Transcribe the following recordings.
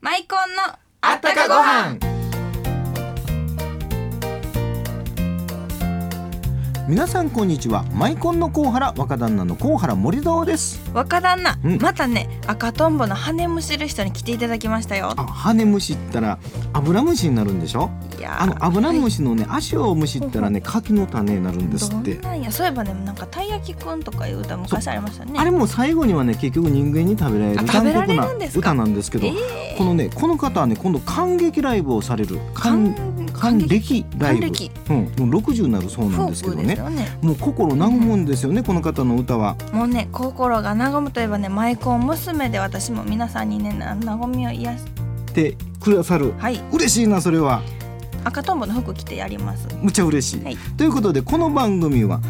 マイコンのあったかご飯皆さんこんにちはマイコンのコウハラ若旦那のコウハラ森蔵です若旦那、うんまたね赤トンボの羽むしる人に来ていただきましたよあ、羽虫ったらアブラムシになるんでしょいやーあのアブラムシのね、足をむしったらね柿の種になるんですどっんてなんやそういえばねなんかたい焼きくんとかいう歌昔ありましたねあれも最後にはね結局人間に食べられるあ残食べら酷なれるんですか歌なんですけど、えーこのねこの方はね今度感激ライブをされる還還暦ラ還イブ暦、うん、もう60になるそうなんフォですけーどクですねよねもう心和むんですよね、この方の歌はもうね心が和むといえばねマイコン娘で私も皆さんにねな和みを癒すってくださるはい嬉しいなそれは赤トンボの服着てやりますむちゃ嬉しい、はいということでこの番組は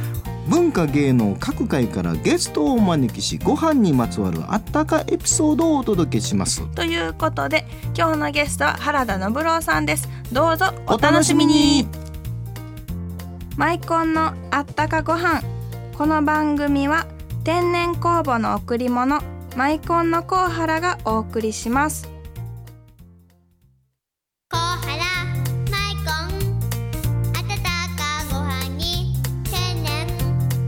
文化芸能各界からゲストをお招きしご飯にまつわるあったかエピソードをお届けしますということで今日のゲストは原田信郎さんですどうぞお楽しみにマイコンのあったかご飯この番組は天然酵母の贈り物マイコンのコウハラがお送りしますコウハラマイコン温かご飯に天然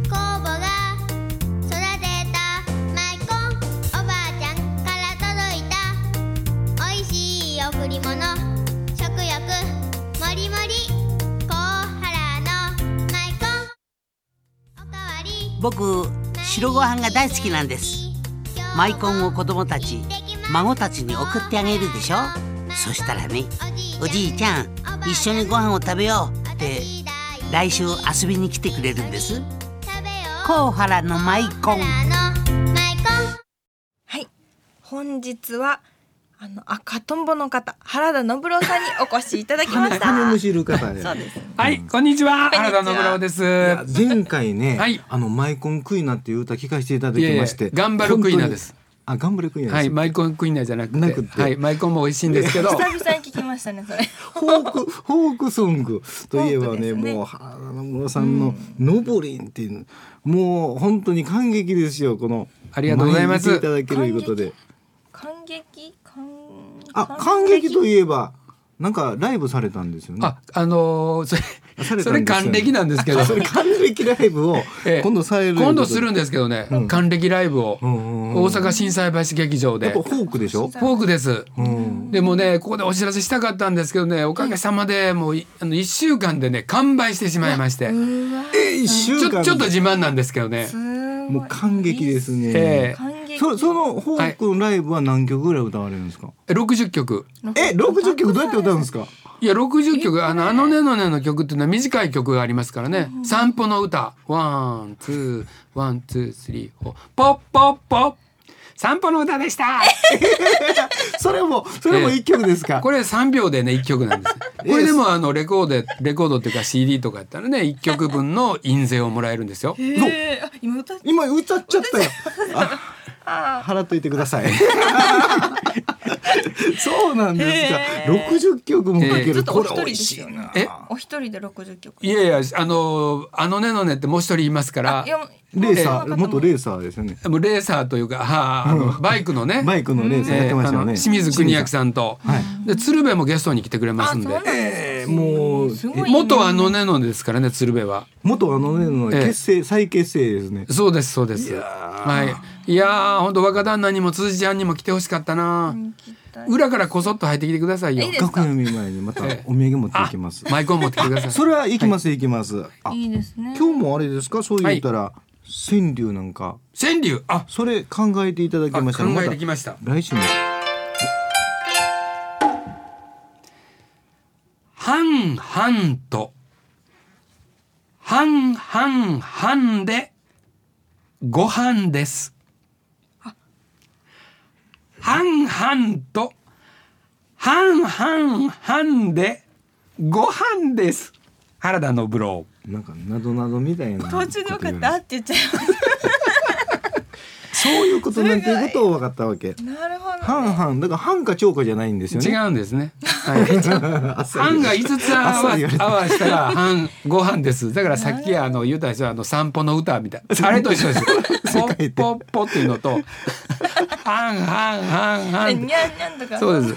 酵母が育てたマイコンおばあちゃんから届いたおいしい贈り物食欲もりもりコウハラのマイコンおかわり僕白ご飯が大好きなんですマイコンを子供たち孫たちに送ってあげるでしょそしたらねおじいちゃん一緒にご飯を食べようって来週遊びに来てくれるんです食べよう甲原のマイコンハラのマイコンはい本日はあの赤とんぼの方原田信郎さんにお越しいただきました羽むしる方 でそうですはい、こんにちは。こんにち原は田信郎です。いや前回ね、はいあのマイコンクイナっていう歌聞かせていただきましていやいや頑張るクイナです本当にあ頑張るクイナではす、い、マイコンクイーンナーじゃなくて、なくてはい、マイコンも美味しいんですけど、久々に聞きましたねそ れフ ォークフォークソングといえばフォークでねすねもう原田信郎さんの「のぼりん」っていうのもう本当に感激ですよこのありがとうございます前に出ていただけるいうことで感激感あ感激といえばなんかライブされたんですよねあ、あのーそあれ、されたそんですよねれ還暦なんですけど、それ還暦ライブをええ今度される今度するんんですけどね、還暦ライブを、んうんうん大阪震災橋劇場やで、っぱフフォークでしょォークです。うんでもね、ここでお知らせしたかったんですけどね、おかげさまでもういあの一週間でね完売してしまいまして、え一ち週ょ間ちょっと自慢なんですけどね。もう感激ですね、え感激そそのフォークのライブは何曲ぐらい歌われるんですか、え、六十曲。え六十曲どうやって歌うんですかいや60曲あの「あのねのね」の曲っていうのは短い曲がありますからね「散歩の歌」ワンツーワンツースリーフォーポッポッポッ散歩の歌でしたそれもそれも一曲ですか、これ3秒でね1 曲なんですこれでもあのレコードやレコードっていうか CD とかやったらね1曲分の印税をもらえるんですよ。えーあ今歌っ今歌っちゃったよあ払っといてくだ さいそうなんですかへー六十曲もかけえーちょるっとこお一れ人で美味すしいよねないえお一人で六十曲いやいやあの「あのねのね」ってもう一人いますからいやもうレーサえー元レーサーですよねもうレーサーというかああのバイクのねバイクのレーサーやってましたよえーあねの清水邦明さんと、はいで鶴瓶もゲストに来てくれますんであそうなんですねえーもうすごいね元はあのねのですからね鶴瓶は元あのねのええ結成再結成ですねそうですそうですはいいやーほんと若旦那にも辻ちゃんにも来てほしかったな人気だ裏からこそっと入ってきてくださいよいいですか楽屋見前にまたお土ええ産持っていあきますマイコン持ってきてくださ いそれは行きます行きますあいいですね今日もあれですかそう言ったら川柳なんか川柳あそれ考えていただあき考ましたらえてきましたまた来週も半々と半々半でご飯です。半々と半々半でご飯です。原田信郎。なんかなどなどみたいな途中で分かったって言っちゃいまそういうことなんていうことを分かったわけ。なるほど、半ね。々だから半か超かじゃないんですよね。違うんですね。はい。半が五つ合わ朝言われた合わしたら半ご飯です。だからさっきあの言ったでしょあの散歩の歌みたい なあれと一緒です。ポッポッポっていうのと半半半半えってにゃんにゃんとか。そうです。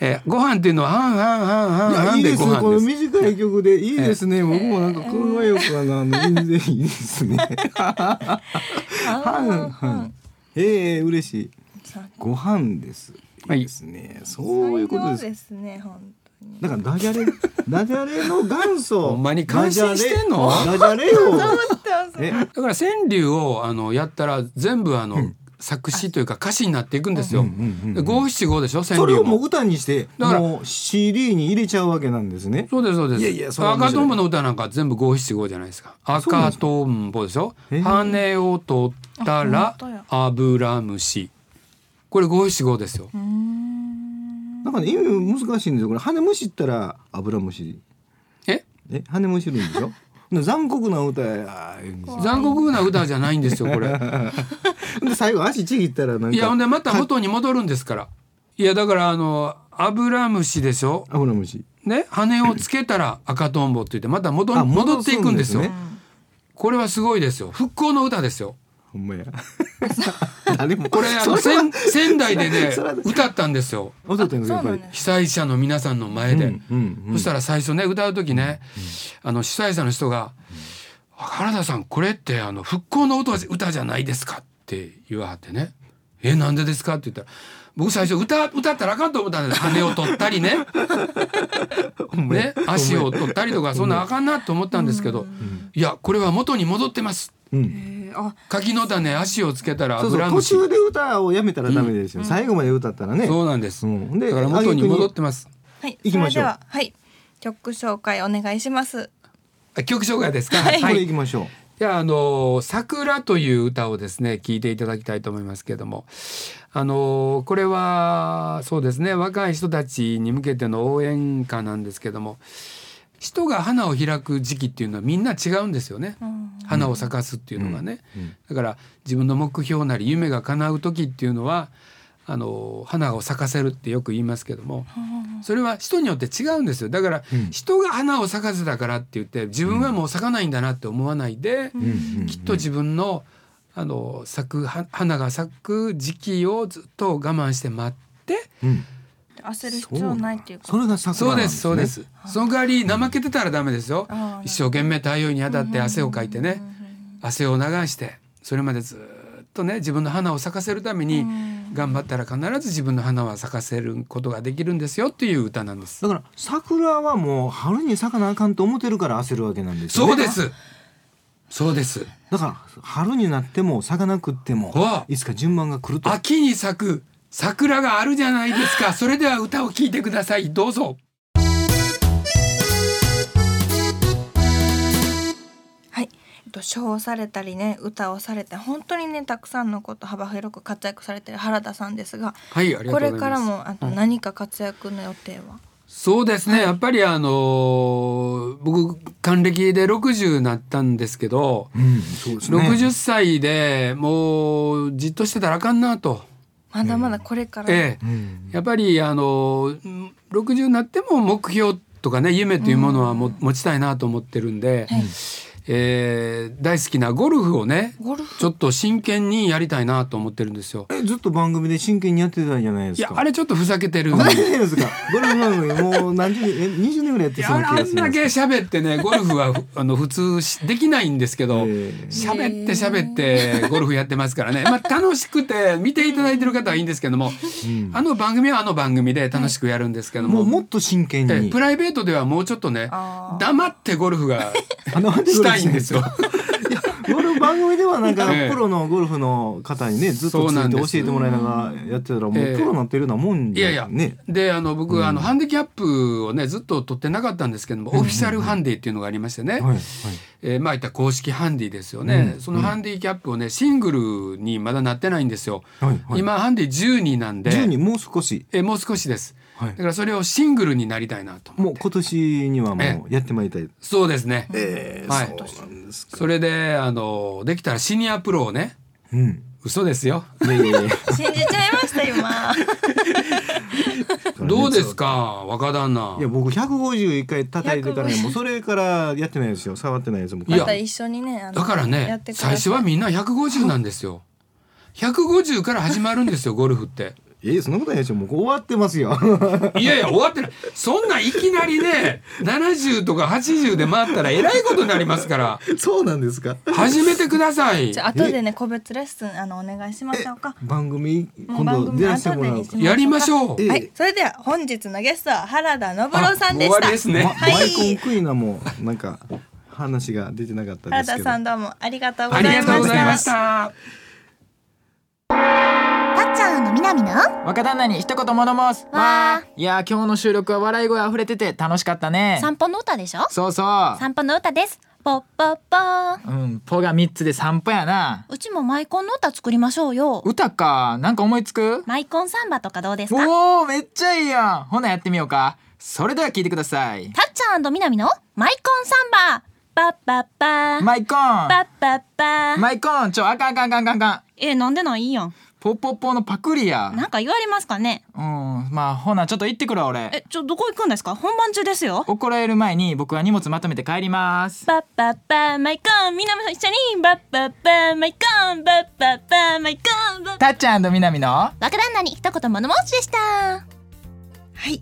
えーご飯っていうのは半い半半半やい半いでですごねこの飯です。短い曲でいいですね、僕もなんかこれはよくあの全然いいですね半はいええ嬉しいそうご飯ですはいいいですね、そういうことですすね、本当に。だからダジャレダジャレの元祖 ほんまに感心してんのダジャ レダジャレを思ってます。えだから川柳をあのやったら全部あの、作詞というか歌詞になっていくんですよ。で五七五でしょ川それ柳をももう。歌にしてだからもう CD に入れちゃうわけなんですねそうですそうです。いやいやそれは面白い赤とんぼの歌なんか全部五七五じゃないですか。そうなん赤ですかとんぼでしょ。へえ羽を取ったあら本当やアブラムシ。これ五七五ですよ。なんかね意味難しいんですよこれ羽むしったら油むしえ？え羽むしるん でしょ残酷な歌や残酷な歌じゃないんですよ これ。で最後足ちぎったらなんかいやほんでまた元に戻るんですから。いやだからあのアブラムシでしょ。アブラムシね羽をつけたら赤とんぼって言ってまた元にあ戻っていくんですよ。戻すんですこれはすごいですよ。復興の歌ですよ。ほんまや誰もこれ あのそは仙 仙台でねそれは歌ったんですよ。踊ってんですよあやっぱそうりなんで被災者の皆さんの前で、うんうんうんそしたら最初ね歌う時ね、あの被災者の人が「原田さんこれってあの復興の歌じ歌じゃないですか」って言わはってね「えなんでですか?」って言ったら僕最初歌歌ったらあかんと思ったんです羽を取ったり ねね足を取ったりとかそんなあかんなと思ったんですけど、いやこれは元に戻ってます。うんえーあ、柿の種足をつけたらそうそう油途虫中で歌をやめたらダメですよ最後まで歌ったらねそうなんです、うんでだから元に戻ってますはい、行きましそょうれでは、はい、曲紹介お願いします。あ曲紹介ですか、はいこれいきましょうじゃあ、あの、桜という歌をですね、聞いていただきたいと思いますけれども、あの、これは、そうですね、若い人たちに向けての応援歌なんですけども、人が花を開く時期っていうのはみんな違うんですよね。花を咲かすっていうのがね。だから、自分の目標なり夢が叶う時っていうのは、あの花を咲かせるってよく言いますけども、それは人によって違うんですよだから、人が花を咲かせたからって言って自分はもう咲かないんだなって思わないで、きっと自分のあの咲くは花が咲く時期をずっと我慢して待ってうん焦る必要ないっていうか。それが桜そなうんですねそうです、その代わり怠けてたらダメですよああ一生懸命太陽に当たって汗をかいてね汗を流してそれまでずっとね自分の花を咲かせるために頑張ったら必ず自分の花は咲かせることができるんですよっていう歌なんですだから桜はもう春に咲かなあかんと思ってるから焦るわけなんですよねそうですそうですだから春になっても咲かなくってもわあいつか順番が来ると秋に咲く桜があるじゃないですかそれでは歌を聴いてくださいどうぞはい。えっと賞をされたりね歌をされて本当にねたくさんのこと幅広く活躍されてる原田さんですがはいありがとこうござれいますからもあの何か活躍の予定は、そうですね、やっぱりあのー僕還暦で60になったんですけど、うんそうですね60歳でもうじっとしてたらあかんなと、まだまだこれから、えうえんやっぱりあのーうん60になっても目標とかね夢というものはも、持ちたいなと思ってるんで、えー大好きなゴルフをねゴルフちょっと真剣にやりたいなと思ってるんですよ。えずっと番組で真剣にやってたんじゃないでいすやかあれちょっとふざけてるん何で年ですかゴルフ番組もう何十年え20年ぐらいやっていそうやな気あれあがすんるだんけです喋ってね ゴルフはあの普通しできないんですけどええ喋って喋ってゴルフやってますからね、まあ、楽しくて見ていただいてる方はいいんですけども、あの番組はあの番組で楽しくやるんですけどもも,、うもっと真剣えにプライベートではもうちょっとねあー黙ってゴルフ があのしたいん ですよ。ゴルフ番組ではなんかええプロのゴルフの方にねずっとつそうないんてで教すえてもらいながらやってたらもうプええロになってるようなもんいじやゃいや、ねであの僕、あのハンディキャップをねずっと取ってなかったんですけども、オフィシャルハンディっていうのがありましてね、はいはいえーまあいった公式ハンディですよね、うんそのハンディキャップをねシングルにまだなってないんですよ、はいはい今ハンディ12なんで10にもう少しえーもう少しです、はいだからそれをシングルになりたいなともう今年にはもうやってまいりたいそうですね、ええはいそうなんですかそれであのできたらシニアプロをねうん嘘ですよ。いやいやいや信じちゃいました今どうですか若旦那い。や僕151回叩いてからねもうそれからやってないですよ触ってないですもういやまた一緒にねあのだからやねってください最初はみんな150なんですよ。150から始まるんですよゴルフって。えそんなことないでしょもう終わってますよいやいや終わってないそんないきなりね70とか80で回ったらえらいことになりますから そうなんですか始めてくださいじゃあ後でね個別レッスンあのお願いしましょうか番組もう今度出らしてもら番組後でうにしかまやりましょうええはいそれでは本日のゲストは原田信郎さんであもしう終わたりですねまはいマイコンクイナもなんか話が出てなかったで原すけ田どさんどうもありがとうござあいりまがとうございまししたたたっちゃんのみなみの若旦那に一言物申すわいやー今日の収録は笑い声溢れてて楽しかったね散歩の歌でしょそうそ散歩の歌ですポッポッポーううんポが三つで散歩やなうちもマイコンの歌作りましょうよ歌かなんか思いつくマイコンサンバとかどうですかおおめっちゃいいやんほなやってみようかそれでは聞いてくださいたっちゃんみなみのマイコンサンバパッパッパーマイコンパッパッパーマイコンちょあかんあかんあかんあかんあかんえなんでないいやんポッポッポのパクリやなんか言われますかねうんまあほなちょっと行ってくるわ俺えちょどこ行くんですか本番中ですよ怒られる前に僕は荷物まとめて帰りますパッパッパーマイコンみなみと一緒にパッパッパーマイコンパッパッパーマイコンパッたっちゃんみなみの若旦那に一言物申しでしたはい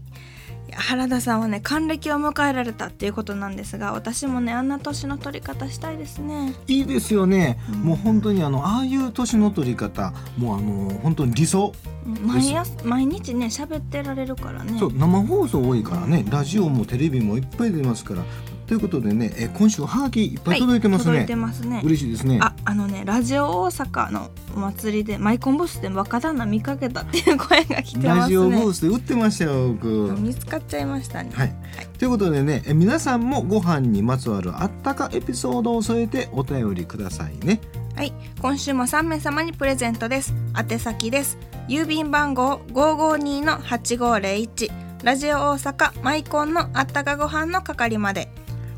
いや原田さんはね還暦を迎えられたっていうことなんですが私もねあんな年の取り方したいですねいいですよね、もう本当にあのああいう年の取り方もうあの本当に理想、毎朝毎日ね喋ってられるからねそう生放送多いからねラジオもテレビもいっぱい出ますからということでねえ今週はがきいっぱい届いてますね、はい、届いてますね嬉しいですねああのねラジオ大阪のお祭りでマイコンブースで若旦那見かけたっていう声が来てラますジオブーねスで売ってましたよ僕見つかっちゃいましたね、はい、ということでねえ皆さんもご飯にまつわるあったかエピソードを添えてお便りくださいねはい、今週も3名様にプレゼントです。宛先です。郵便番号552-8501ラジオ大阪マイコンのあったかご飯の係まで。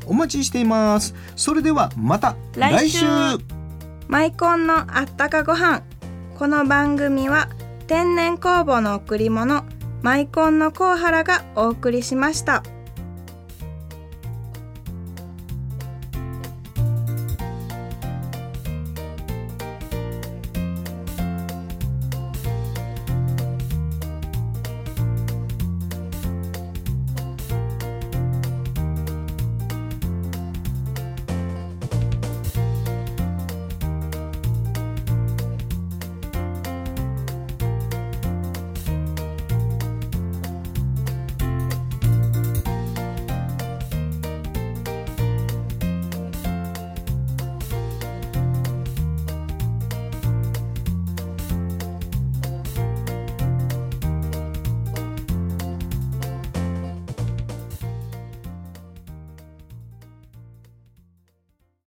お待ちしていますそれではまた来週マイコンのあったかご飯。この番組は天然酵母の贈り物マイコンのコウハラがお送りしました。